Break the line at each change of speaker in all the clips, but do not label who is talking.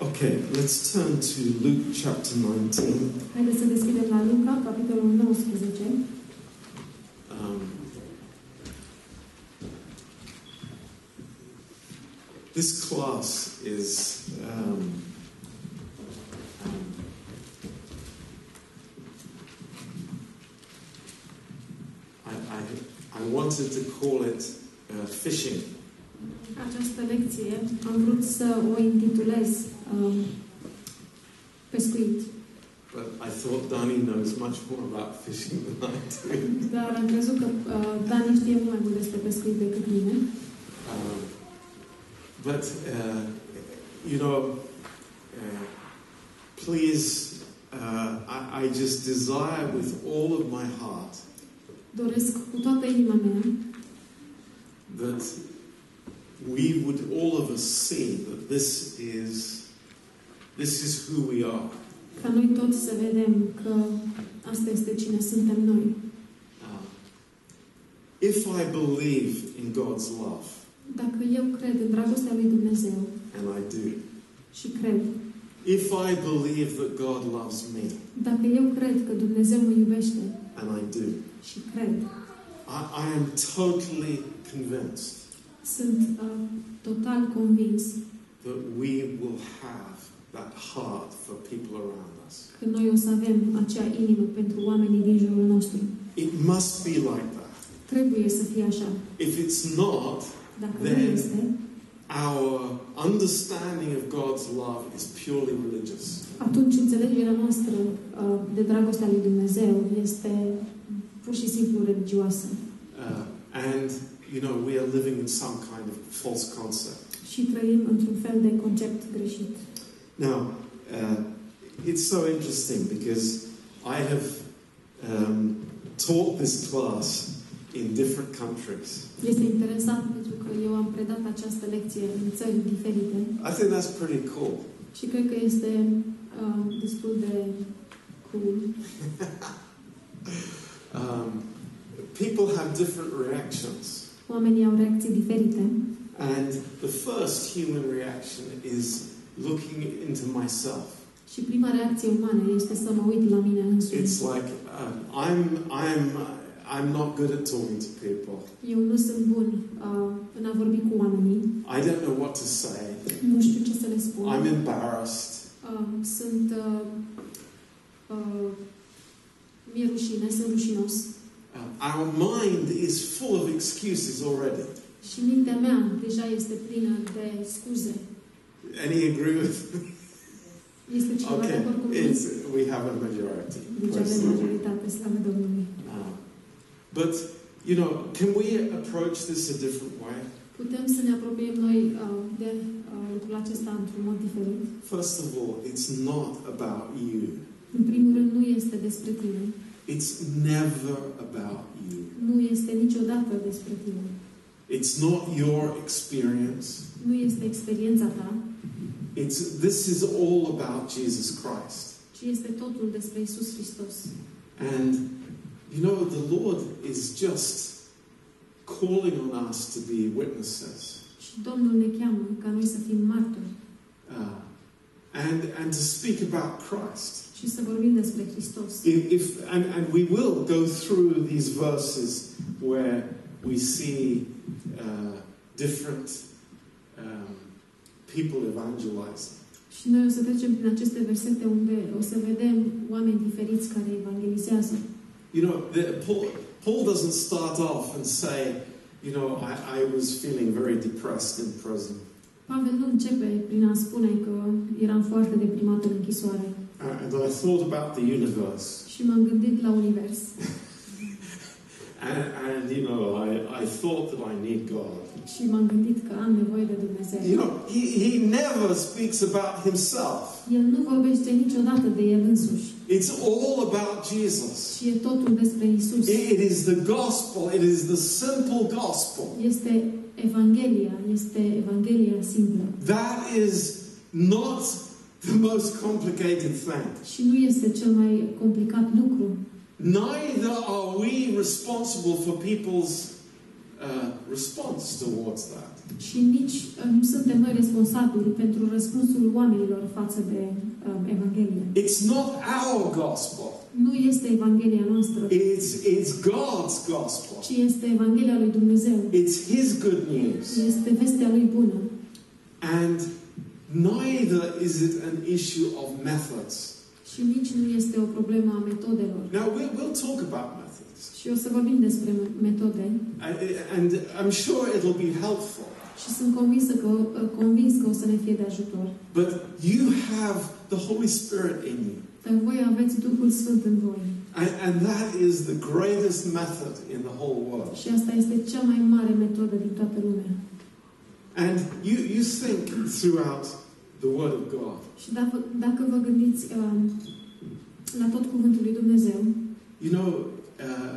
Okay, let's turn to Luke chapter 19.
Haideți să deschidem la Luca, capitolul 19.
Um, this class is um, um, I, I, I wanted to call it uh, fishing,
Această lecție am vrut să o intitulez um, Pescuit,
but I thought Dani knows much more about fishing than I do.
dar am crezut că uh, Dani știe mult mai mult despre pescuit decât mine.
Um, but uh, you know, uh, please, uh, I, I just desire with all of my heart
Doresc cu toată inima mea
that we would all of us see that this is this is who we are.
ca noi toți să vedem că asta este cine suntem noi.
Um, if I believe in God's love,
Dacă eu cred în dragostea lui Dumnezeu
and I do,
și cred,
if I believe that God loves me,
dacă eu cred că Dumnezeu mă iubește
and I do,
și cred,
I, I am totally convinced
sunt uh, total convins
that we will have that heart for people around us.
că noi o să avem acea inimă pentru oamenii din jurul nostru.
It must be like that.
Trebuie să fie așa.
If it's not,
Dacă
De-
nu este,
our understanding of God's love is purely religious.
atunci înțelegerea noastră uh, de dragostea lui Dumnezeu este pur și simplu religioasă.
Uh, and, you know, we are living in some kind of false concept.
Și trăim într-un fel de concept greșit.
Now, uh, it's so interesting because I have um, taught this class in different countries.
Este interesant pentru că eu am predat această lecție în țări diferite
I think that's pretty cool.
și cred că este uh, destul de cool.
Um, people have different reactions.
Oamenii au reacții diferite
And the first human reaction is looking into myself.
și prima reacție umană este să mă uit la mine însumi.
It's like um, I'm I'm I'm not good at talking to people.
Eu nu sunt bun uh, în a vorbi cu oamenii,
I don't know what to say.
nu știu ce să le spun.
I'm embarrassed.
Uh, sunt. Uh, uh, mi-e rușine, sunt rușinos.
Um, our mind is full of excuses already.
Și mintea mea deja este plină de scuze.
Any agree with?
Este cineva de
Okay,
acord cu mine?
it's, we have a majority.
Deci
Praise
avem
the Lord.
majoritate, slavă Domnului.
Um, but you know, can we approach this a different way?
Putem să ne apropiem noi uh, de uh, lucrul acesta într-un mod diferit.
First of all, it's not about you.
În primul rând, nu este despre tine.
It's never about you.
Nu este niciodată despre tine.
It's not your experience.
Nu este experiența ta,
It's this is all about Jesus Christ.
ci este totul despre Isus Hristos.
And you know the Lord is just calling on us to be witnesses
Și Domnul ne cheamă ca noi să fim martori
uh, and and to speak about Christ.
și să vorbim despre Hristos.
If, if and, and we will go through these verses where we see uh, different um, people evangelizing.
Și noi o să trecem prin aceste versete unde o să vedem oameni diferiți care evangelizează.
You know, the, Paul, Paul doesn't start off and say, you know, I, I was feeling very depressed in prison.
Pavel nu începe prin a spune că eram foarte deprimat în închisoare
Uh, And I thought about the universe.
și m-am gândit la univers
And, and you know, I, I thought that I need God.
și m-am gândit că am nevoie de Dumnezeu.
You know, he, he never speaks about himself,
El nu vorbește niciodată de el însuși,
it's all about Jesus.
ci e totul despre Isus.
It is the gospel, it is the simple gospel.
Este Evanghelia, este Evanghelia simplă.
That is not the most complicated thing.
Și nu este cel mai complicat lucru.
Neither are we responsible for people's uh, response towards that.
Și nici uh, nu suntem noi responsabili pentru răspunsul oamenilor față de um, Evanghelie.
It's not our gospel,
Nu este Evanghelia noastră,
it's, it's God's gospel.
ci este Evanghelia lui Dumnezeu.
It's His good news.
Este vestea lui bună.
And neither is it an issue of methods.
Și nici nu este o problemă a metodelor.
Now, we'll, we'll talk about methods,
Și o să vorbim despre me- metode
I- and I'm sure it'll be helpful.
și sunt convinsă că, uh, convins că o să ne fie de ajutor.
But you have the Holy Spirit in you.
Dar voi aveți Duhul Sfânt în voi.
And, and that is the greatest method in the whole world.
Și asta este cea mai mare metodă din toată lumea.
And you, you think throughout the Word of God.
Și dacă, dacă vă gândiți um, la tot cuvântul lui Dumnezeu,
You know, uh,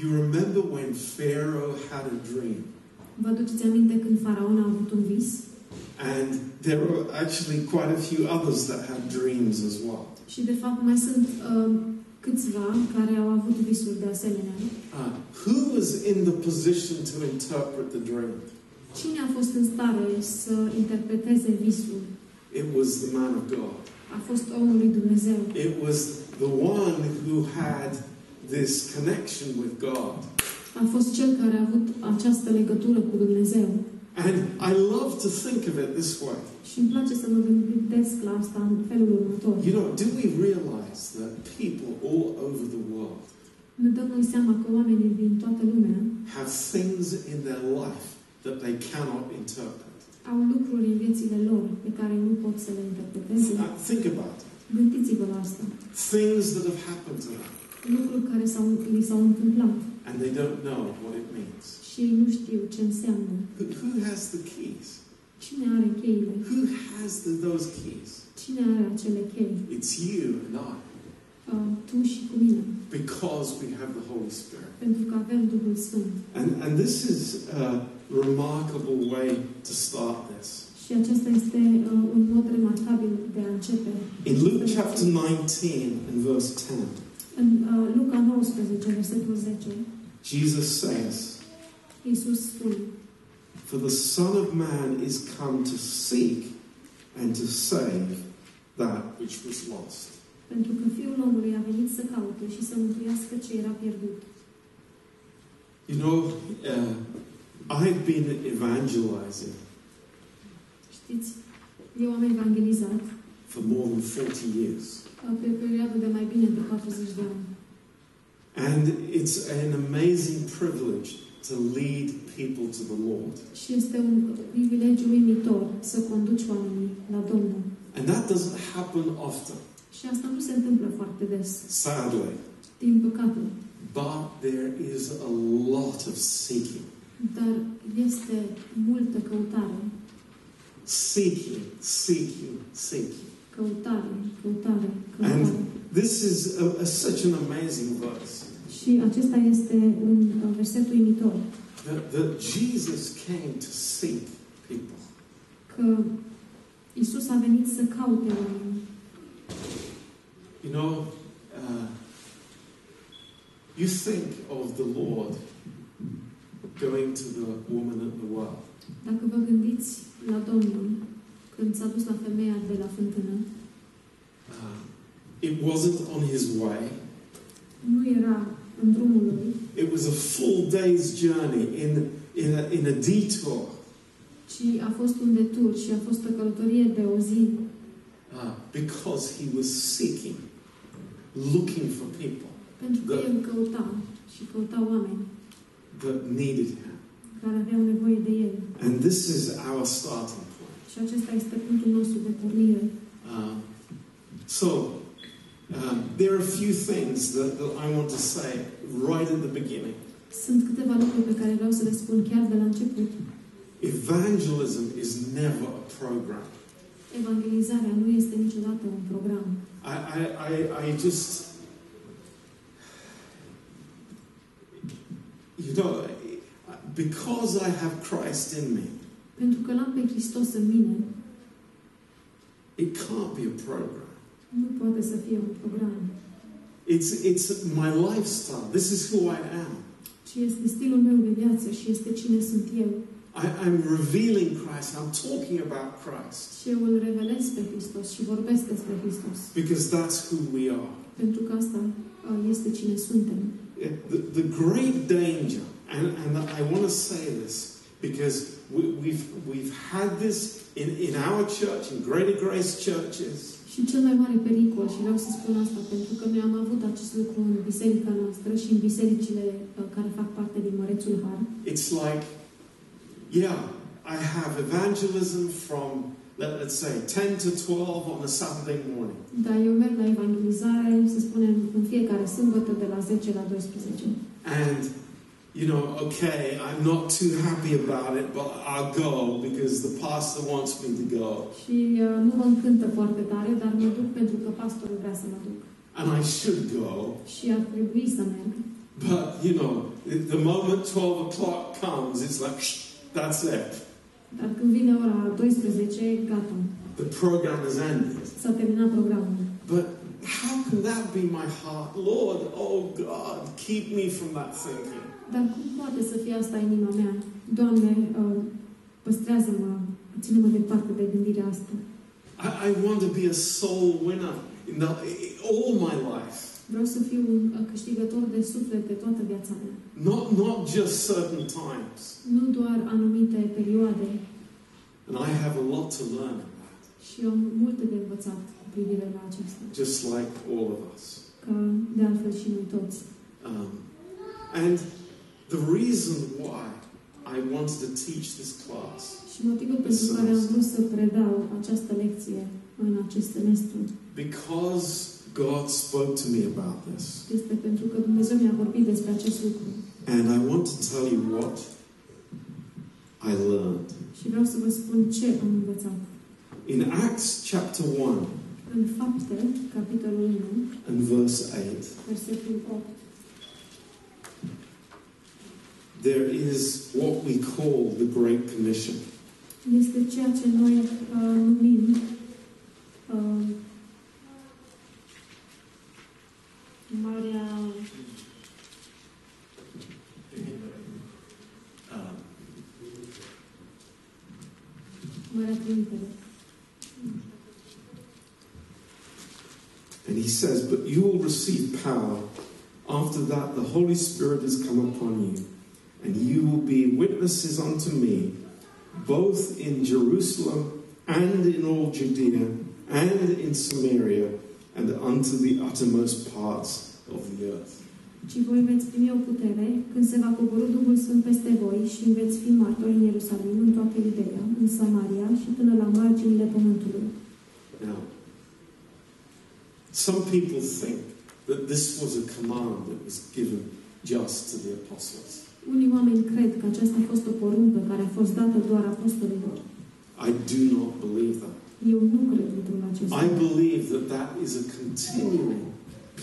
you remember when Pharaoh had a dream.
vă aduceți aminte când faraon a avut un vis
And there were actually quite a few others that had dreams as well.
și de fapt mai sunt um, câțiva care au avut visuri de asemenea.
Uh, who was in the position to interpret the dream?
Cine a fost în stare să interpreteze visul?
It was the man of God.
A fost omul lui Dumnezeu.
It was the one who had this connection with God.
A fost cel care a avut această legătură cu Dumnezeu.
And I love to think of it this way.
Și îmi place să mă gândesc la asta în felul următor.
You know, do we realize that people all over the world
Ne dăm noi seama că oamenii din toată lumea
have things in their life that they cannot interpret?
au lucruri în viețile lor pe care nu pot să le interpreteze.
Now, Uh, think about it.
Gândiți-vă la asta.
Things that have happened to them
Lucruri care s-au, li s-au întâmplat
and they don't know what it means.
și ei nu știu ce înseamnă.
Who, who has the keys?
Cine are cheile?
Who has the, those keys?
Cine are acele chei?
It's you and I,
Uh, tu și cu mine.
because we have the Holy Spirit.
Pentru că avem Duhul Sfânt.
And, and this is a remarkable way to start this.
Și acesta este uh, un mod remarcabil de a începe.
In Luke chapter 19 and verse 10,
În uh, Luca 19, versetul 10,
Jesus says,
Iisus spune
For the Son of Man is come to seek and to save that which was lost.
Pentru că Fiul omului a venit să caute și să mântuiască ce era pierdut.
You know, uh, I've been evangelizing
Știți, eu am evangelizat
for more than 40 years.
uh, pe o perioadă de mai bine de 40 de ani.
And it's an amazing privilege to lead people to the Lord.
Și este un privilegiu uimitor să conduci oamenii la Domnul.
And that doesn't happen often,
Și asta nu se întâmplă foarte des,
sadly.
din păcate.
But there is a lot of seeking.
Dar este multă căutare,
Seeking, seeking, seeking.
căutare, căutare,
And-
căutare.
This is a, a- such an amazing verse.
Și acesta este un uh, verset uimitor,
that, that Jesus came to seek people.
că Isus a venit să caute oamenii.
You know, uh, you think of the Lord going to the woman at the well,
Dacă vă gândiți la Domnul, când s-a dus la femeia de la fântână,
uh, it wasn't on his way.
nu era în drumul lui,
It was a full day's journey in, in, a, in a detour.
ci a fost un detur și a fost o călătorie de o zi,
uh, because he was seeking, looking for people
pentru că
Da.
el căuta și căuta oameni
that needed him.
care aveau nevoie de el.
And this is our starting point.
Și acesta este punctul nostru de pornire.
Um, so, um, there are a few things that, that I want to say right at the beginning.
Sunt câteva lucruri pe care vreau să le spun chiar de la început.
Evangelism is never a program.
Evangelizarea nu este niciodată un program.
I, I, I, I just. You know, because I have Christ in me,
Pentru că l-am pe Hristos în mine,
it can't be a program.
nu poate să fie un program,
It's, it's my lifestyle. This is who I am.
ci este stilul meu de viață și este cine sunt eu.
I, I'm revealing Christ. I'm talking about Christ
și eu îl revelez pe Hristos și vorbesc despre Hristos.
because that's who we are.
Pentru că asta uh, este cine suntem.
It- The, the great danger, and, and I want to say this because we, we've, we've had this in, in our church, in Greater Grace churches,
Și cel mai mare pericol, și vreau să spun asta pentru că noi am avut acest lucru în biserica noastră și în bisericile uh, care fac parte din Mărețul Har,
it's like, yeah, I have evangelism from, let, let's say, 10 to 12 on a Saturday morning.
dar eu merg la evangelizare, să spunem, în fiecare sâmbătă de la 10 la 12.
And, you know, okay, I'm not too happy about it, but I'll go because the pastor wants me to go.
Și uh, nu mă încântă foarte tare, dar mă duc pentru că pastorul vrea să mă duc.
And I should go.
Și ar trebui să merg.
But, you know, the- the moment 12 o'clock comes, it's like, "Psh, that's it.
Dar când vine ora 12, gata,
The program is ended.
s-a terminat programul.
But how can that be my heart? Lord, oh God, keep me from that thinking.
Dar cum poate să fie asta inima mea? Doamne, uh, păstrează-mă, ține-mă departe de gândirea asta.
I, I want to be a soul winner in the, i- all my life,
Vreau să fiu un uh, câștigător de suflete toată viața mea.
not, not just certain times.
Nu doar anumite perioade
And I have a lot to learn about,
și eu am multe de învățat cu privire la aceasta,
just like all of us.
ca de altfel și noi toți.
Um, and the reason why I wanted to teach this class
Și motivul pentru care am vrut să predau această lecție în acest semestru
Because God spoke to me about this,
este pentru că Dumnezeu mi-a vorbit despre acest lucru.
and I want to tell you what I learned.
Și vreau să vă spun ce am învățat.
In Acts chapter 1
În fapte, capitolul 1,
and verse 8,
versetul 8,
there is what we call the Great Commission.
este ceea ce noi uh, numim uh, Marea...
Um,
Marea Trimitere.
and he says, But you will receive power. After that, the Holy Spirit has come upon you, and you will be witnesses unto me, both in Jerusalem and in all Judea and in Samaria and unto the uttermost parts of the earth.
Ci voi veți primi o putere când se va coborî Duhul Sfânt peste voi și veți fi martori în Ierusalim, în toată Iudeea, în Samaria și până la marginile pământului.
Now, some people think that this was a command that was given just to the apostles.
Unii oameni cred că aceasta a fost o poruncă care a fost dată doar apostolilor.
I do not believe that.
Eu nu cred într-un acesta.
I believe that that is a continuing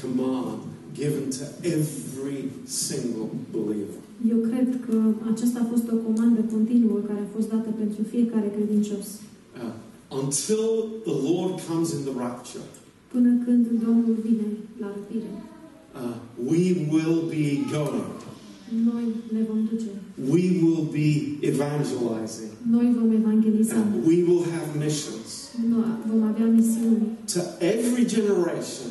command given to every single believer.
Eu cred că aceasta a fost o comandă continuă care a fost dată pentru fiecare credincios.
Uh, until the Lord comes in the rapture,
Până când Domnul vine la răpire,
uh, we will be going.
noi ne vom duce,
We will be evangelizing.
noi vom evangeliza,
And we will have missions
noi vom avea misiuni.
to every generation,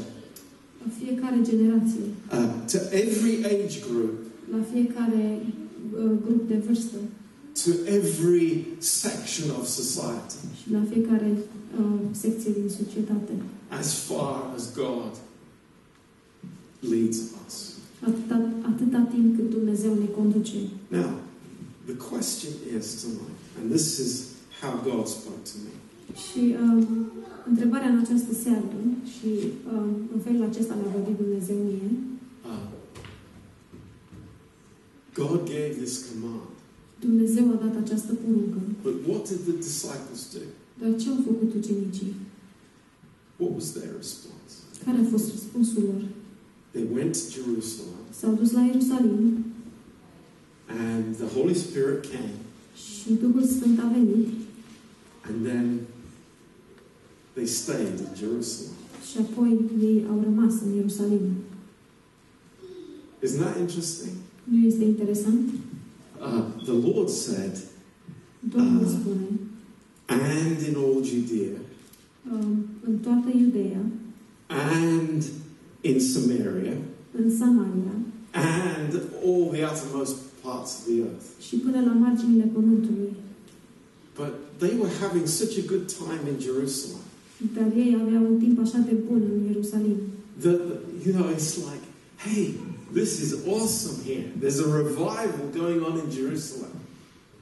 La fiecare generație,
uh, to every age group,
la fiecare uh, grup de vârstă
to every section of society,
și la fiecare uh, secție din societate,
as far as God leads us.
atâta, atâta timp cât Dumnezeu ne conduce.
Now, the question is tonight, and this is how God spoke to me.
Și uh, întrebarea în această seară și uh, în felul acesta mi-a vorbit Dumnezeu mie,
Uh, God gave this command,
Dumnezeu a dat această poruncă.
but what did the disciples do?
Dar ce au făcut ucenicii?
What was their response?
Care a fost răspunsul lor?
They went to Jerusalem,
S-au dus la Ierusalim
and the Holy Spirit came,
și Duhul Sfânt a venit
and then they stayed in Jerusalem.
și apoi ei au rămas în Ierusalim.
Isn't that interesting?
Nu este interesant?
Uh, the Lord said,
Domnul
Ah.
spune,
and in all Judea
um, în toată Iudeea,
and in Samaria
în Samaria
and all the uttermost parts of the earth.
și până la marginile pământului.
But they were having such a good time in Jerusalem
Dar ei aveau un timp așa de bun în Ierusalim.
that, you know, it's like, hey, this is awesome here. There's a revival going on in Jerusalem.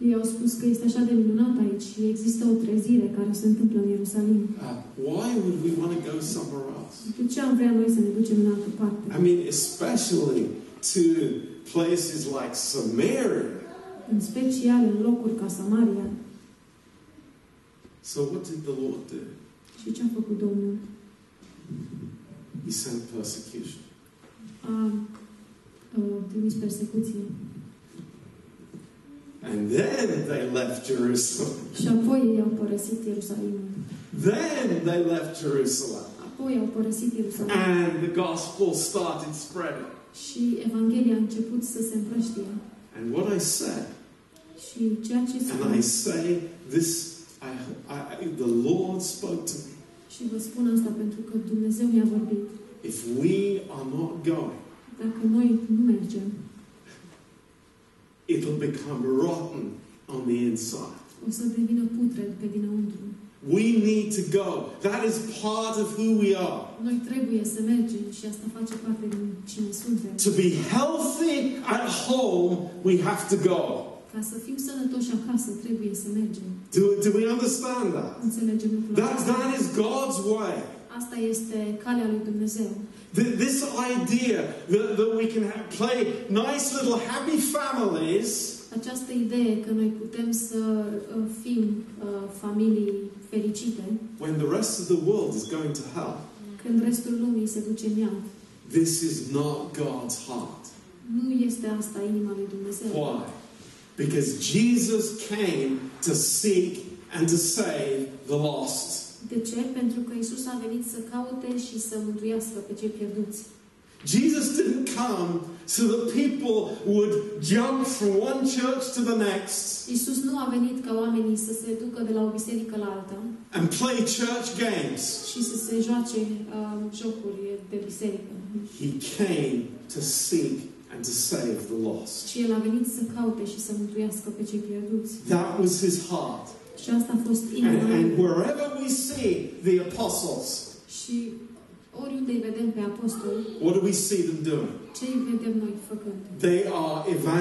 Ei au spus că este așa de minunat aici și există o trezire care se întâmplă în Ierusalim.
Uh, why would we want to go somewhere else?
De ce am vrea noi să ne ducem în altă parte?
I mean, especially to places like Samaria.
În special în locuri ca Samaria.
So, what did the Lord do?
Și ce a făcut Domnul?
He sent persecution.
A uh, trimis persecuție.
And then they left Jerusalem.
Și apoi ei au părăsit Ierusalimul.
Then they left Jerusalem.
Apoi au părăsit Ierusalimul.
And the gospel started spreading.
Și Evanghelia a început să se împrăștie.
And what I said,
Și ceea ce
and
spun,
I say this, I, I, the Lord spoke to me.
și vă spun asta pentru că Dumnezeu mi-a vorbit,
If we are not going,
dacă noi nu mergem,
it'll become rotten on the inside.
o să devină putred pe dinăuntru.
We need to go. That is part of who we are.
Noi trebuie să mergem și asta face parte din cine suntem.
To be healthy at home, we have to go.
Ca să fim sănătoși acasă, trebuie să mergem.
Do, do we understand that?
Înțelegem lucrul
That,
acesta.
that is God's way.
Asta este calea lui Dumnezeu.
Th- This idea that, that we can ha- play nice little happy families
Această idee că noi putem să uh, fim uh, familii fericite,
when the rest of the world is going to hell,
când restul lumii se duce în iad,
this is not God's heart.
nu este asta inima lui Dumnezeu.
Why? Because Jesus came to seek and to save the lost.
De ce? Pentru că Isus a venit să caute și să mântuiască pe cei pierduți.
Jesus didn't come so that people would jump from one church to the next
Isus nu a venit ca oamenii să se ducă de la o biserică la alta
and play church games.
și să se joace uh, jocuri de biserică,
He came to seek and to save the lost.
ci El a venit să caute și să mântuiască pe cei pierduți.
That was his heart.
Și asta a fost
And,
inima
and
lui.
wherever we see the apostles,
Și oriunde îi vedem pe apostoli,
what do we see them doing?
ce îi vedem noi făcând?
They are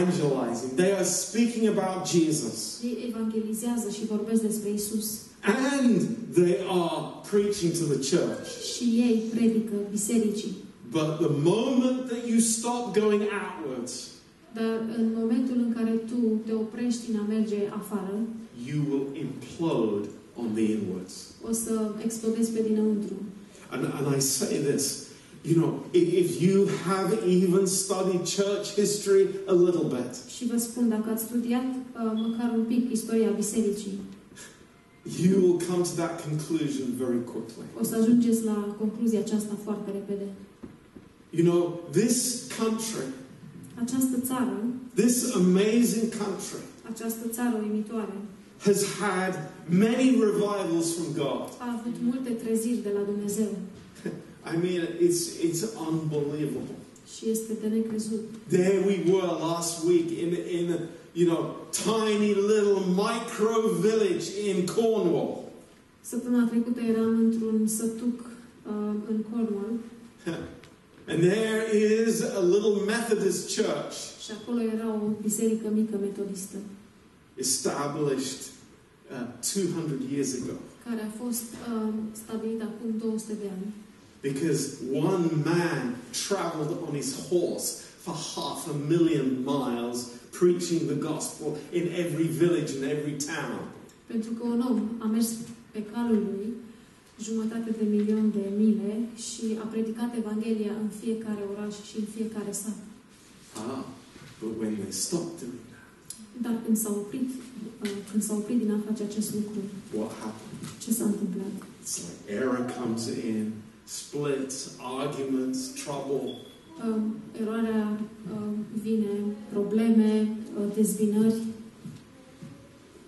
evangelizing, they are speaking about Jesus,
Ei evangelizează și vorbesc despre Isus
and they are preaching to the church.
și ei predică bisericii.
But the moment that you stop going outwards,
Dar în momentul în care tu te oprești în a merge afară,
you will implode on the inwards.
o să explodezi pe dinăuntru.
And, and I say this, you know, i- if you have even studied church history a little bit,
Și vă spun, dacă ați studiat uh, măcar un pic istoria bisericii,
you will come to that conclusion very quickly.
o să ajungeți la concluzia aceasta foarte repede.
You know, this country,
Această țară,
this amazing country,
această țară uimitoare,
has had many revivals from God.
a avut multe treziri de la Dumnezeu
I mean, it's, it's unbelievable.
și este de necrezut.
There we were last week in, in a, you know, tiny little micro village in Cornwall.
Săptămâna trecută eram într-un sătuc uh, în Cornwall
And there is a little Methodist church
și acolo era o biserică mică metodistă
established uh, 200 years ago
care a fost uh, stabilită acum 200 de ani
because one man traveled on his horse for half a million miles preaching the gospel in every village and every town.
Pentru că un om a mers pe calul lui jumătate de milion de mile și a predicat Evanghelia în fiecare oraș și în fiecare sat.
Ah, but when they stopped doing
Dar când s-a oprit, uh, când s-a oprit din a face acest lucru,
that, what happened?
ce s-a întâmplat?
It's like error comes in, splits, arguments, trouble.
Uh, Eroarea uh, vine, probleme, uh, dezbinări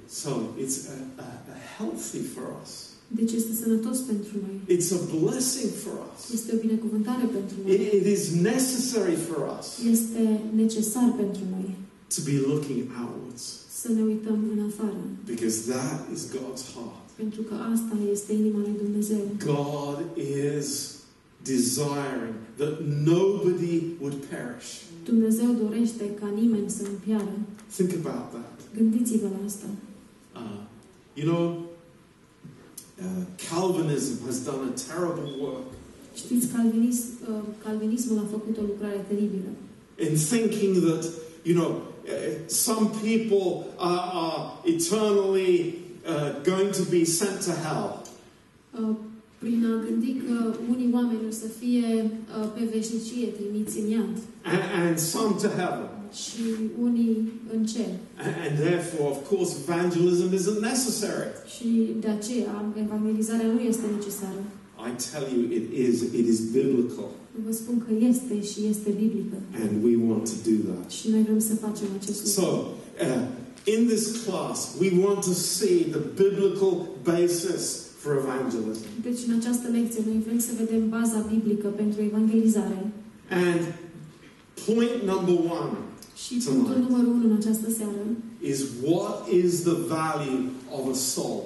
So it's a, a, a healthy for us.
Deci este sănătos pentru noi.
It's a blessing for us.
Este o binecuvântare pentru
It,
noi.
it is necessary for us
Este necesar pentru noi
to be looking outwards
să ne uităm în afară,
because that is God's heart.
pentru că asta este inima lui Dumnezeu.
God is desiring that nobody would perish.
Dumnezeu dorește ca nimeni să nu piară.
Think about that.
Gândiți-vă la asta.
Uh, you know, uh, Calvinism has done a terrible work
Știți, calvinism, uh, calvinismul a făcut o lucrare teribilă.
in thinking that, you know, uh, some people are, are eternally uh, going to be sent to hell.
Uh, Prin a gândi că unii oameni o să fie uh, pe veșnicie trimiți în iad
and, and some to heaven.
și unii în cer.
And, and therefore, of course, evangelism isn't necessary.
Și de aceea evangelizarea nu este necesară.
I tell you, it is. It is biblical,
Vă spun că este și este biblică.
and we want to do that.
Și noi vrem să facem acest lucru.
So, uh, in this class, we want to see the biblical basis for evangelism.
Deci în această lecție noi vrem să vedem baza biblică pentru evangelizare.
And point number one
Și
Să
punctul
mai-
numărul unu în această seară,
is what is the value of a soul?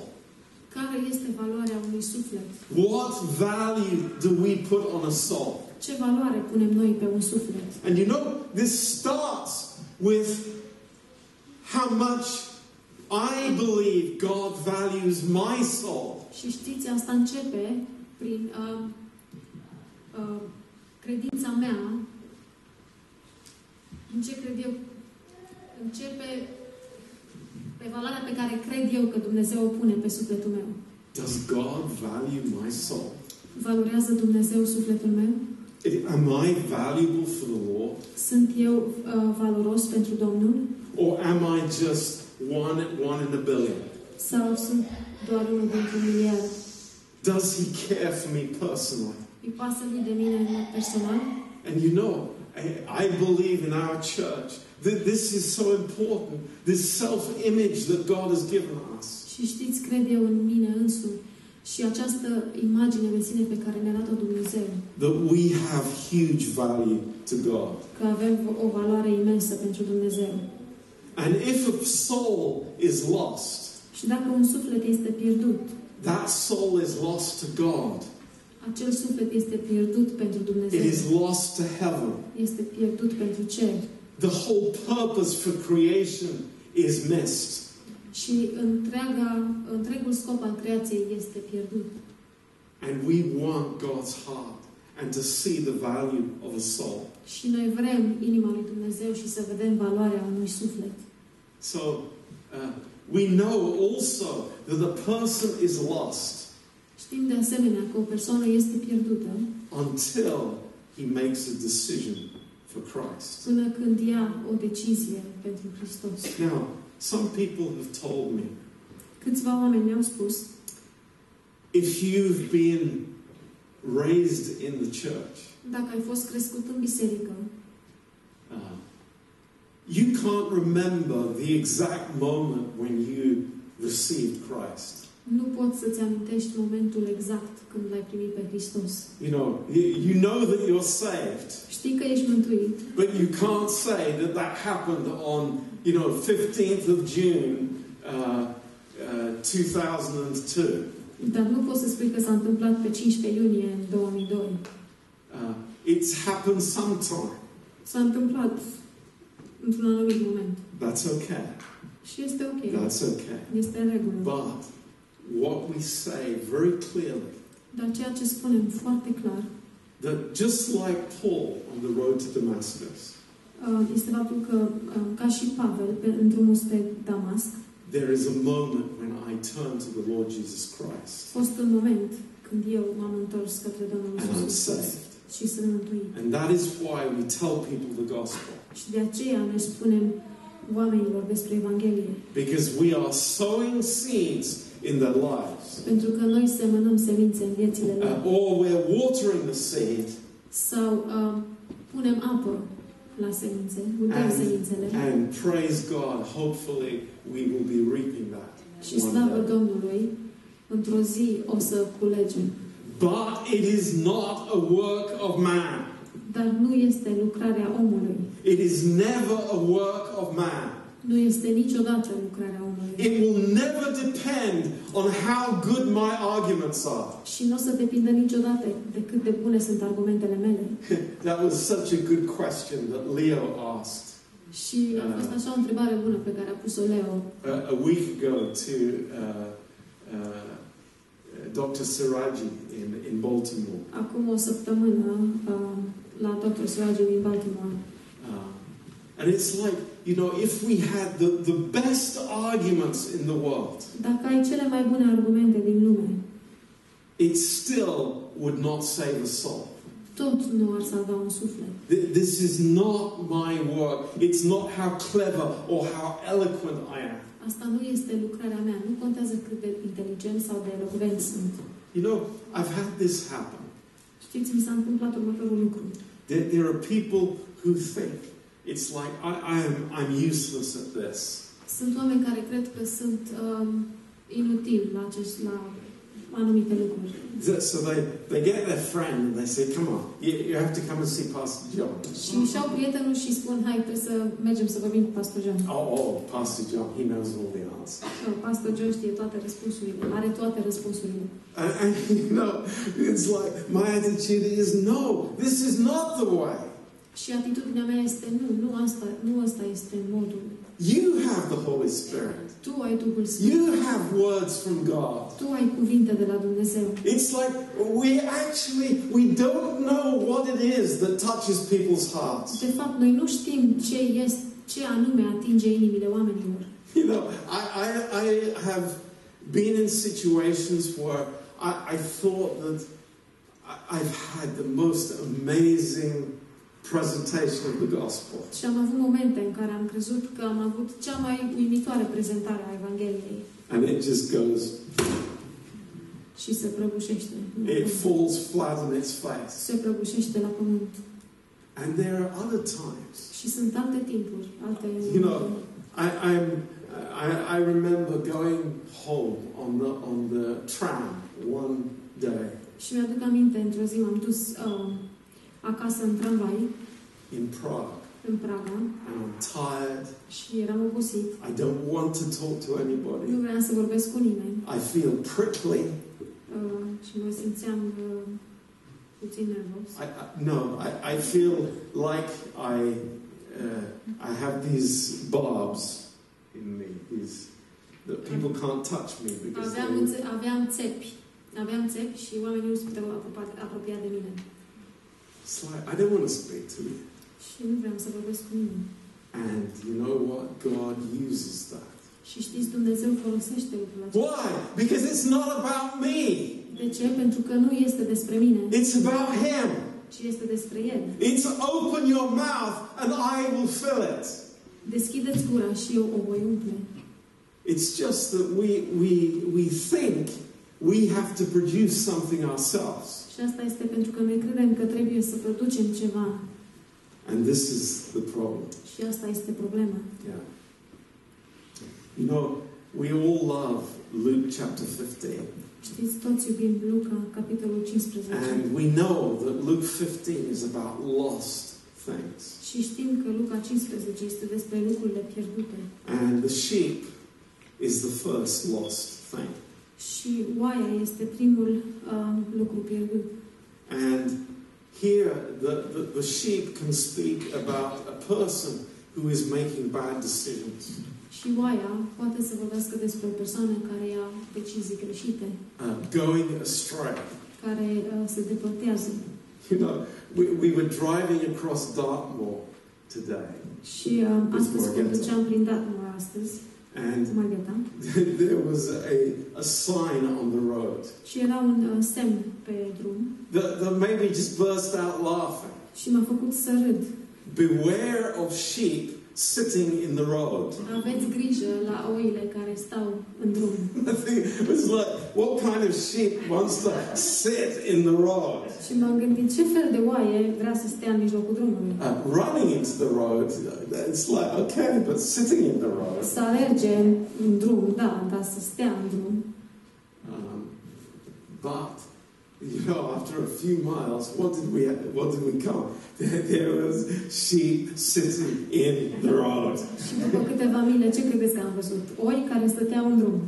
care este valoarea unui suflet?
What value do we put on a soul?
Ce valoare punem noi pe un suflet?
And you know, this starts with how much I believe God values my soul.
Și știți, asta începe prin uh, uh, credința mea, în ce cred eu, începe pe valoarea pe care cred eu că Dumnezeu o pune pe sufletul meu.
Does God value my soul?
Valorează Dumnezeu sufletul meu?
I- Am I valuable for the Lord?
Sunt eu uh, valoros pentru Domnul?
Or am I just one, one in a billion?
Sau sunt doar unul dintre miliard?
Does He care for me personally?
Îi pasă lui de mine în mod personal?
And you know, I, I believe in our church that this is so important this self image that God has given us.
Și știți, cred eu în mine însumi și această imagine de sine pe care ne-a dat-o Dumnezeu,
That we have huge value to God.
că avem o valoare imensă pentru Dumnezeu.
And if a soul is lost,
Și dacă un suflet este pierdut,
that soul is lost to God.
acel suflet este pierdut pentru
It
Dumnezeu,
is lost to heaven.
este pierdut pentru cer.
The whole purpose for creation is missed.
Și întreaga, întregul scop al creației este pierdut.
And we want God's heart and to see the value of a soul.
Și noi vrem inima lui Dumnezeu și să vedem valoarea unui suflet.
So uh, we know also that the person is lost
Știm de asemenea că o persoană este pierdută
until he makes a decision for Christ.
până când ia o decizie pentru Hristos.
Now, some people have told me
Câțiva oameni mi-au spus,
If you've been raised in the church,
dacă ai fost crescut în biserică,
uh, you can't remember the exact moment when you received Christ.
nu poți să-ți amintești momentul exact când l-ai primit pe Hristos.
You know, you- you know that you're saved,
Știi că ești mântuit,
but you can't say that that happened on, you know, 15th of June, uh, uh, 2002.
dar nu poți să spui că s-a întâmplat pe 15 iunie 2002.
Uh, it's happened sometime.
S-a întâmplat într-un anumit moment.
That's okay.
Și este ok.
That's okay.
Este în regulă.
But what we say very clearly
Dar ceea ce spunem foarte clar
that just like Paul on the road to Damascus,
uh, este faptul că, uh, ca și Pavel, pe, în drumul spre Damasc,
there is a moment when I turn to the Lord Jesus
a
Christ
fost un moment când eu m-am întors către Domnul
and I'm
Iisus Hristos
saved.
și sunt mântuit.
And that is why we tell people the gospel,
Și de aceea ne spunem oamenilor despre Evanghelie.
because we are sowing seeds in their lives,
Pentru că noi semănăm semințe în viețile
uh,
lor.
or we're watering the seed,
Sau uh, punem apă la semințe, uităm
And-
semințele
and praise God, hopefully we will be reaping that.
Și slavă Domnului, într-o zi o să culegem.
But it is not a work of man.
Dar nu este lucrarea omului.
It is never a work of man.
Nu este niciodată lucrarea omului.
It will never depend on how good my arguments are.
Și nu o să depindă niciodată de cât de bune sunt argumentele mele.
That was such a good question that Leo asked
Și a fost așa o întrebare bună pe care a pus-o Leo
uh, a week ago to uh, uh, Dr. Siraji in, in Baltimore.
acum o săptămână uh, la Dr. Surage din Baltimore.
Um, and it's like, you know, if we had the, the best arguments in the world,
Dacă ai cele mai bune argumente din lume,
it still would not save a soul.
tot nu ar salva un suflet.
Th- This is not my work. It's not how clever or how eloquent I am.
Asta nu este lucrarea mea. Nu contează cât de inteligent sau de elocvent sunt.
You know, I've had this happen.
Știți, mi s-a întâmplat următorul lucru.
There, there are people who think it's like I, I am I'm useless at this.
Sunt oameni care cred că sunt um, inutili la, acest, la anumite lucruri.
So so they, they get their friend and they say, "Come on, you, you have to come and see Pastor John."
Și își iau prietenul și spun, hai, trebuie să mergem să vorbim cu pastor John.
Oh, oh, Pastor John, he knows all the answers.
No, pastor John știe toate răspunsurile, are toate răspunsurile.
And, and you know, it's like my attitude is no, this is not the way.
Și atitudinea mea este, nu, nu asta, nu asta este modul.
You have the Holy Spirit.
Tu ai Duhul Sfânt,
You have words from God.
tu ai cuvinte de la Dumnezeu.
It's like we actually we don't know what it is that touches people's hearts.
De fapt, noi nu știm ce este, ce anume atinge inimile oamenilor.
You know, I, I, I have been in situations where I, I thought that I- I've had the most amazing presentation of the gospel.
Și am avut momente în care am crezut că am avut cea mai uimitoare prezentare a Evangheliei
And it just goes,
și se prăbușește.
it falls flat on its face.
Se prăbușește la pământ.
And there are other times.
Și sunt alte timpuri, alte...
You know, I, I'm, I, I remember going home on the, on the tram one day
Și mi-aduc aminte, într-o zi m-am dus uh, acasă în tramvai,
in Prague
în Praga,
and I'm tired.
și eram obosit.
I don't want to talk to
Nu
anybody.
vreau să vorbesc cu nimeni
I feel prickly.
uh, și mă simțeam uh, puțin nervos.
I, I, no, I, I feel like I, uh, I have these barbs in me, these, that people can't touch me because
Aveam,
they,
înțe- aveam țepi. Aveam țepi și oamenii nu se puteau apropia, apropia de mine.
it's like, I don't want to speak to you.
Și nu vreau să vorbesc cu nimeni.
And you know what? God uses that.
Și știți, Dumnezeu folosește lucrul acesta.
Why? Because it's not about me.
De ce? Pentru că nu este despre mine,
It's about Him.
ci este despre El.
It's open your mouth and I will fill it.
Deschideți gura și eu o voi umple.
It's just that we, we, we think we have to produce something ourselves.
Și asta este pentru că noi credem că trebuie să producem ceva.
And this is the problem.
Și asta este problema.
Yeah. You know, we all love Luke chapter 15.
Știți, toți iubim Luca, capitolul 15.
And we know that Luke 15 is about lost things.
Și știm că Luca 15 este despre lucrurile pierdute.
And the sheep is the first lost thing.
Și oaia este primul uh, lucru pierdut.
And here, the, the, the sheep can speak about a person who is making bad decisions.
Și oaia poate să vorbească despre o persoană care ia decizii greșite,
uh, going astray.
care uh, se depărtează.
You know, we, we were driving across Dartmoor today,
Și uh, astăzi conduceam prin Dartmoor astăzi, cu
and
Margheta,
there was a, a sign on the road
și era un uh, semn pe drum
that, that made me just burst out laughing.
și m-a făcut să râd.
Beware of sheep sitting in the road.
Aveți grijă la oile care stau în drum.
I think it was like, what kind of sheep wants to sit in the road?
Și m-am gândit ce fel de oaie vrea să stea în mijlocul drumului.
Uh, running into the road, it's like, okay, but sitting in the road.
Să alerge în, în drum, da, dar să stea în drum.
Um, but you know, after a few miles, what did we what did we come? There, there was sheep sitting in the road,
Și după câteva mile, ce credeți că am văzut? Oi care stăteau în drum.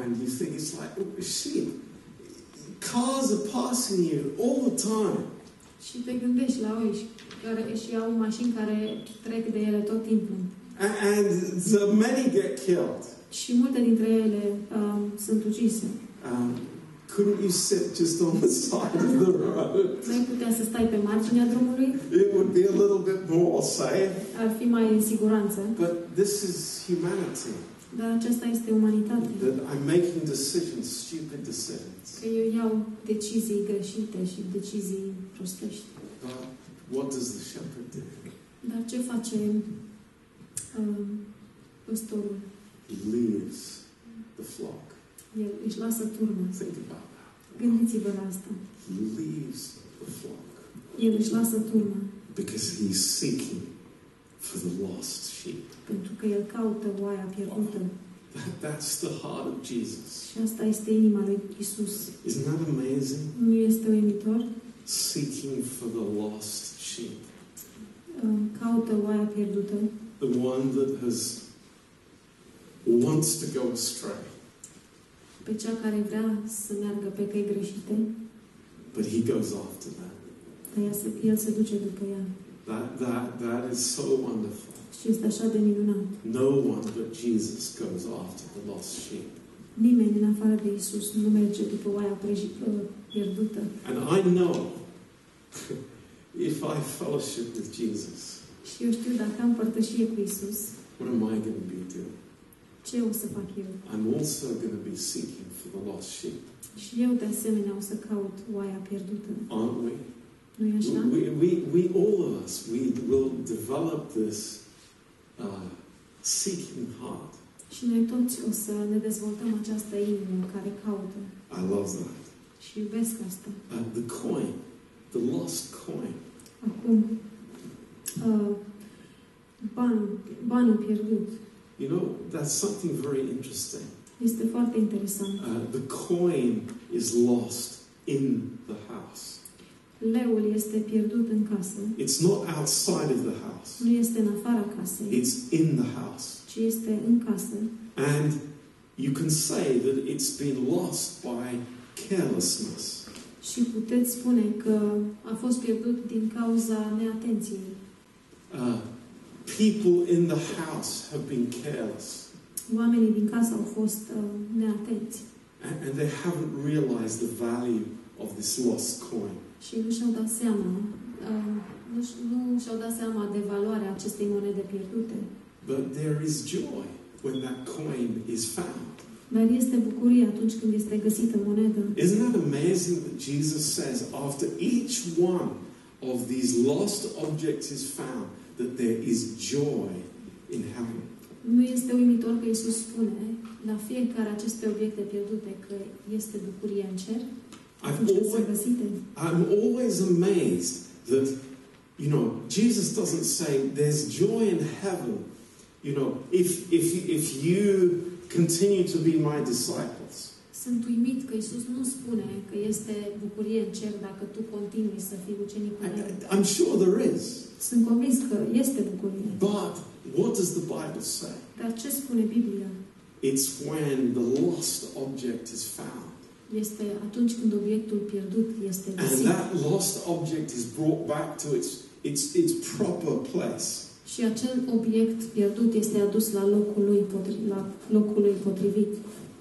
and you think it's like oh, sheep. Cars are passing you all the time.
Și te gândești la oi și care, și au mașini care trec de ele tot timpul.
A- And the many get killed.
Și multe dintre ele um, sunt ucise.
Um, couldn't you sit just on the side of the road?
Nu ai putea să stai pe marginea drumului,
It would be a little bit more safe.
ar fi mai în siguranță.
But this is humanity.
Dar aceasta este umanitate.
That I'm making decisions, stupid decisions.
Că eu iau decizii greșite și decizii prostești.
But what does the shepherd do?
Dar ce face um, păstorul?
He leaves the flock.
El își lasă turma.
Think about that.
Gândiți-vă la asta.
He leaves the flock
El își lasă turma
because he's seeking for the lost sheep.
pentru că el caută oaia pierdută.
That- That's the heart of Jesus.
Și asta este inima lui Isus.
Isn't that amazing?
Nu este uimitor?
Seeking for the lost sheep.
Um, Caută oaia pierdută,
The one that has wants to go astray,
pe cea care vrea să meargă pe căi greșite,
but he goes after that.
dar ea se, el se duce după ea.
That that that is so wonderful.
Și este așa de minunat.
No one but Jesus goes after the lost sheep.
Nimeni în afară de Isus nu merge după oaia preji- uh, pierdută.
And I know if I fellowship with Jesus,
Și eu știu dacă am părtășie cu Isus,
what am I going to be doing?
ce o să fac eu?
I'm also going to be seeking for the lost sheep,
Și eu de asemenea o să caut oaia pierdută.
aren't we?
nu e așa?
We, we, we all of us, we will develop this uh, seeking heart.
Și noi toți o să ne dezvoltăm această inimă care caută.
I love that.
Și iubesc asta.
Uh, the coin, the lost coin.
Acum, uh, banul, banul pierdut
You know, that's something very interesting.
este foarte interesant.
Uh, the coin is lost in the house.
Leul este pierdut în casă.
It's not outside of the house.
Nu este în afara casei,
It's in the house.
ci este în casă.
And you can say that it's been lost by carelessness.
Și puteți spune că a fost pierdut din cauza neatenției.
Uh, people in the house have been careless
Oamenii din casă au fost uh, neatenți
and, and they haven't realized the value of this lost coin.
și nu și-au dat seama, uh, nu, și- nu și-au dat seama de valoarea acestei monede pierdute.
But there is joy when that coin is found.
Dar este bucurie atunci când este găsită monedă.
Isn't that amazing that Jesus says, after each one of these lost objects is found, that there is joy in heaven?
Nu este uimitor că Isus spune la fiecare aceste obiecte pierdute că este bucurie în cer
I've
atunci când sunt
always,
găsite.
I'm always amazed that, you know, Jesus doesn't say there's joy in heaven, you know, if, if, if you continue to be my disciples.
Sunt uimit că Isus nu spune că este bucurie în cer dacă tu continui să fii ucenicul
I,
meu.
I'm sure there is.
Sunt convins că este bucurie.
But what does the Bible say?
Dar ce spune Biblia?
It's when the lost object is found.
Este atunci când obiectul pierdut este
And
găsit
that lost object is brought back to its, its, its proper place.
și acel obiect pierdut este adus la locul lui, potri- la locul lui potrivit.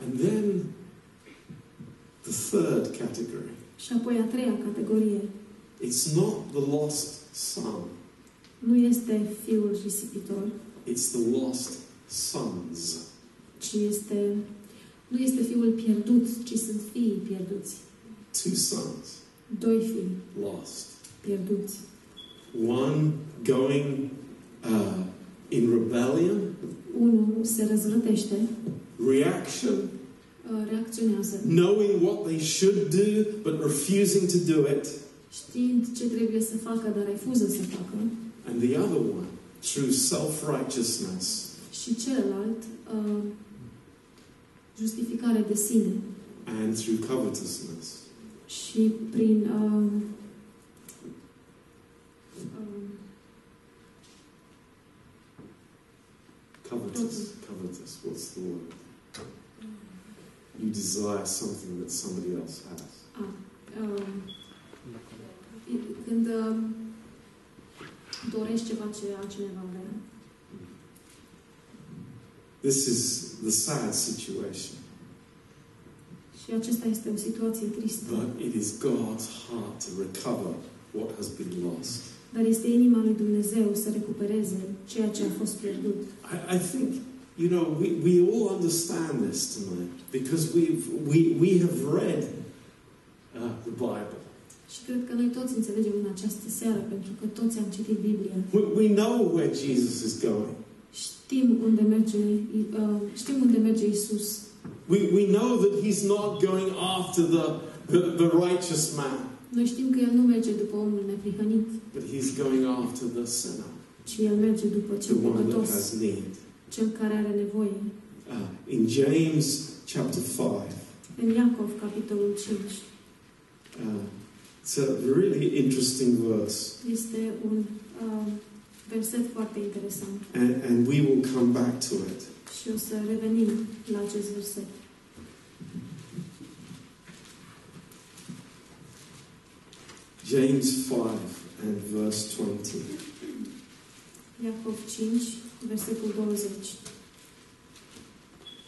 And then the third category
Și apoi a treia categorie
it's not the lost son,
nu este fiul risipitor,
it's the lost sons.
ci este nu este fiul pierdut, ci sunt fiii pierduți.
Two sons
Doi fii
lost.
pierduți.
One going uh, in rebellion,
Unul se răzvrătește,
reaction,
uh, reacționează,
knowing what they should do but refusing to do it,
știind ce trebuie să facă, dar refuză să facă,
and the other one through self righteousness
și celălalt uh, justificare de sine
and through covetousness.
și prin uh, uh,
Covetous. Covetous. What's the word? You desire something that somebody else has.
a, uh, când uh, dorești ceva ce altcineva vrea.
This is the sad situation,
Și acesta este o situație tristă,
but it is God's heart to recover what has been lost.
dar este inima lui Dumnezeu să recupereze ceea ce a fost pierdut.
I, I think, you know, we, we all understand this tonight because we've, we, we have read uh, the Bible.
Și cred că noi toți înțelegem în această seară, pentru că toți am citit Biblia.
We, we know where Jesus is going.
Știm unde merge, uh, știm unde merge Isus.
We, we know that he's not going after the, the, the righteous man,
Noi știm că El nu merge după omul neprihănit,
but he's going after the sinner,
ci El merge după
the
cel
one that
păcătos,
has need.
cel care are nevoie.
Uh, in James chapter 5,
În Iacov, capitolul 5,
uh, it's a really interesting verse,
este un uh, verset foarte interesant
and, and we will come back to it.
și o să revenim la acest verset.
James 5 and verse 20.
Iacov 5, versetul 20.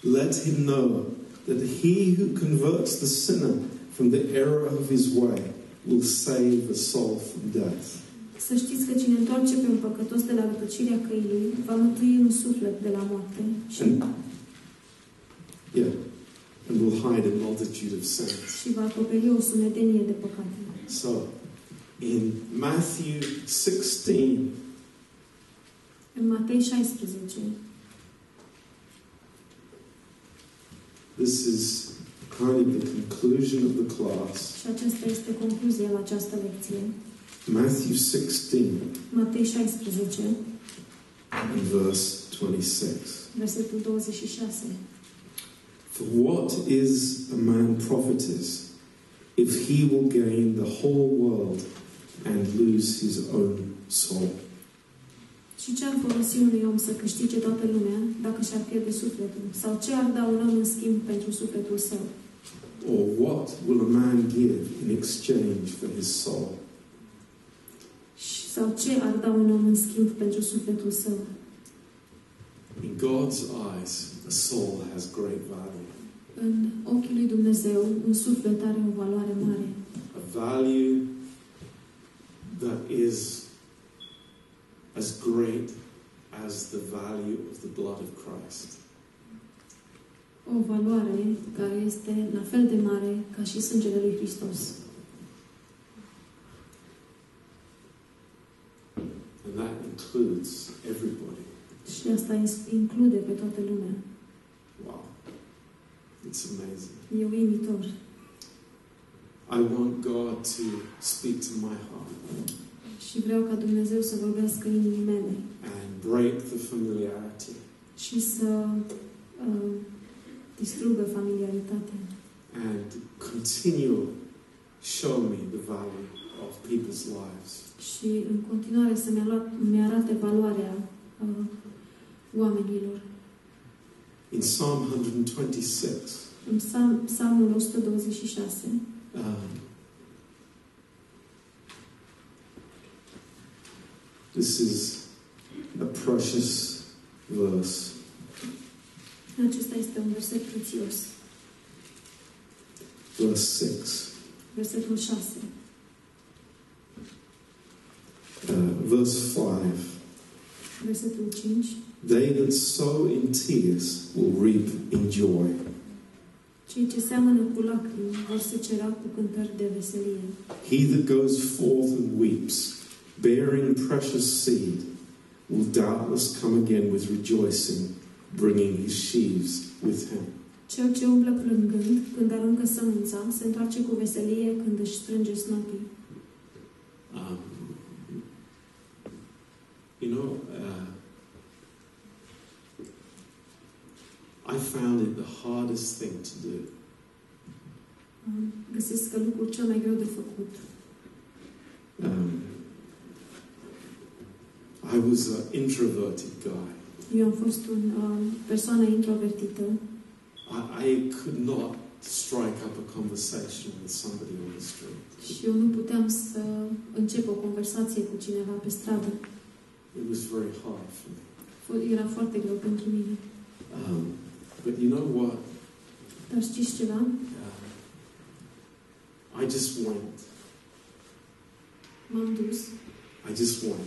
Let him know that he who converts the sinner from the error of his way will save the soul from death
Să știți că cine întoarce pe un păcătos de la rătăcirea căii lui, va mântui un suflet de la moarte și,
and yeah, and will hide a multitude of sins.
și va acoperi o sumedenie de păcate.
So, in Matthew 16,
În Matei 16,
this is kind of the conclusion of the class.
și aceasta este concluzia la această lecție,
Matthew 16
Matei 16,
and verse 26.
versetul 26.
For what is a man profited if he will gain the whole world and lose his own soul?
Și ce ar folosi unui om să câștige toată lumea dacă și-ar pierde sufletul? Sau ce ar da un om în schimb pentru sufletul său?
Or what will a man give in exchange for his soul?
Și- Sau ce ar da un om în schimb pentru sufletul său?
In God's eyes, a soul has great value,
În ochii lui Dumnezeu, un suflet are o valoare mare.
a value that is as great as the value of the blood of Christ.
O valoare care este la fel de mare ca și sângele lui Hristos.
And that includes everybody.
Și asta ins- include pe toată lumea.
Wow. It's amazing.
E uimitor.
I want God to speak to my heart
Și vreau ca Dumnezeu să vorbească inimii mele
and break the familiarity
și să uh, distrugă familiaritatea
and continually show me the value of people's lives.
și în continuare să mi-ala- mi-arate valoarea uh, oamenilor.
In Psalm 126,
În Psal- Psalmul 126,
um, this is a precious verse.
acesta este un verset prețios,
Verse 6.
versetul 6,
Uh, verse 5.
versetul 5.
They that sow in tears will reap in joy.
Cei ce seamănă cu lacrimi vor secera cu cântări de veselie.
He that goes forth and weeps, bearing precious seed, will doubtless come again with rejoicing, bringing his sheaves with him.
Cel ce umblă plângând, când aruncă sămânța, se întoarce cu veselie când își strânge snapii.
Um, you know, uh, uh, I found it the hardest thing to do.
Uh, Găsesc că lucrul cel mai greu de făcut.
Um, I was an introverted guy.
Eu am fost o persoană introvertită.
I, I could not strike up a conversation with somebody on the street.
Și eu nu puteam să încep o conversație cu cineva pe stradă.
It was very hard for me.
Fo- Era foarte greu pentru mine.
Um, but you know what?
Dar știți
Uh,
ceva?
I just went.
M-am dus,
I just went,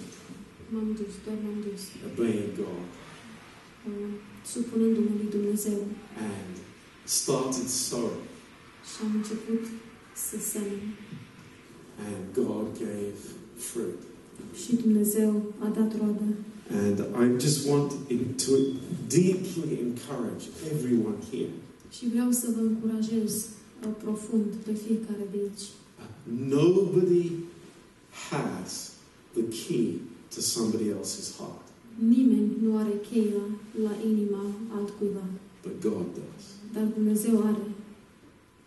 m-am dus, doar m-am dus.
obeying God,
uh, Supunându-mă lui Dumnezeu
and started sowing.
și am început să semăn.
And God gave fruit.
Și Dumnezeu a dat roadă.
And I just want in- to deeply encourage everyone here.
Și vreau să vă încurajez uh, profund pe fiecare de
Uh,
aici.
Nobody has the key to somebody else's heart,
Nimeni nu are cheia la inima altcuiva,
but God does.
dar Dumnezeu are.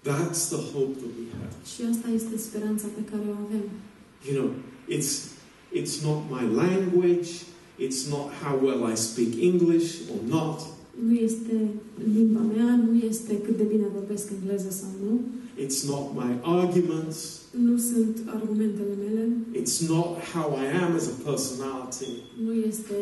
That's the hope that we have.
Și asta este speranța pe care o avem.
You know, it's it's not my language, it's not how well I speak English or not.
Nu este limba mea, nu este cât de bine vorbesc engleză sau nu,
It's not my arguments,
nu sunt argumentele mele,
it's not how I am as a personality.
nu este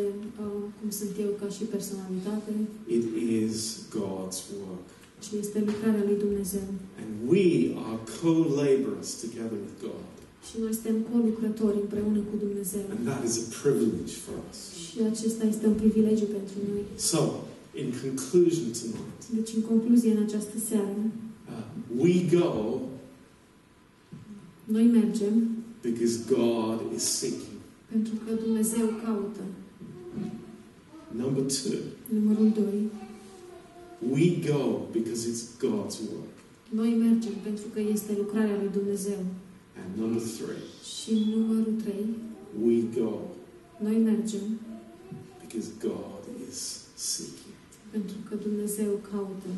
uh, cum sunt eu ca și personalitate,
It is God's work.
ci este lucrarea lui Dumnezeu.
And we are co-laborers together with God.
Și noi suntem co-lucrători împreună cu Dumnezeu.
And that is a privilege for us.
Și acesta este un privilegiu pentru noi.
So, in conclusion tonight,
Deci, în concluzie, în această seară,
uh, we go
noi mergem
because God is seeking.
pentru că Dumnezeu caută.
Number two,
Numărul 2.
we go because it's God's work.
Noi mergem pentru că este lucrarea lui Dumnezeu.
And number three,
Și numărul 3.
we go
Noi mergem
because God is seeking.
pentru că Dumnezeu caută.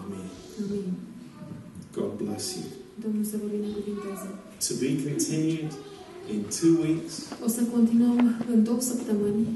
Amen.
Amin.
God bless you.
Domnul să vă binecuvinteze.
To be continued in two weeks.
O să continuăm în două săptămâni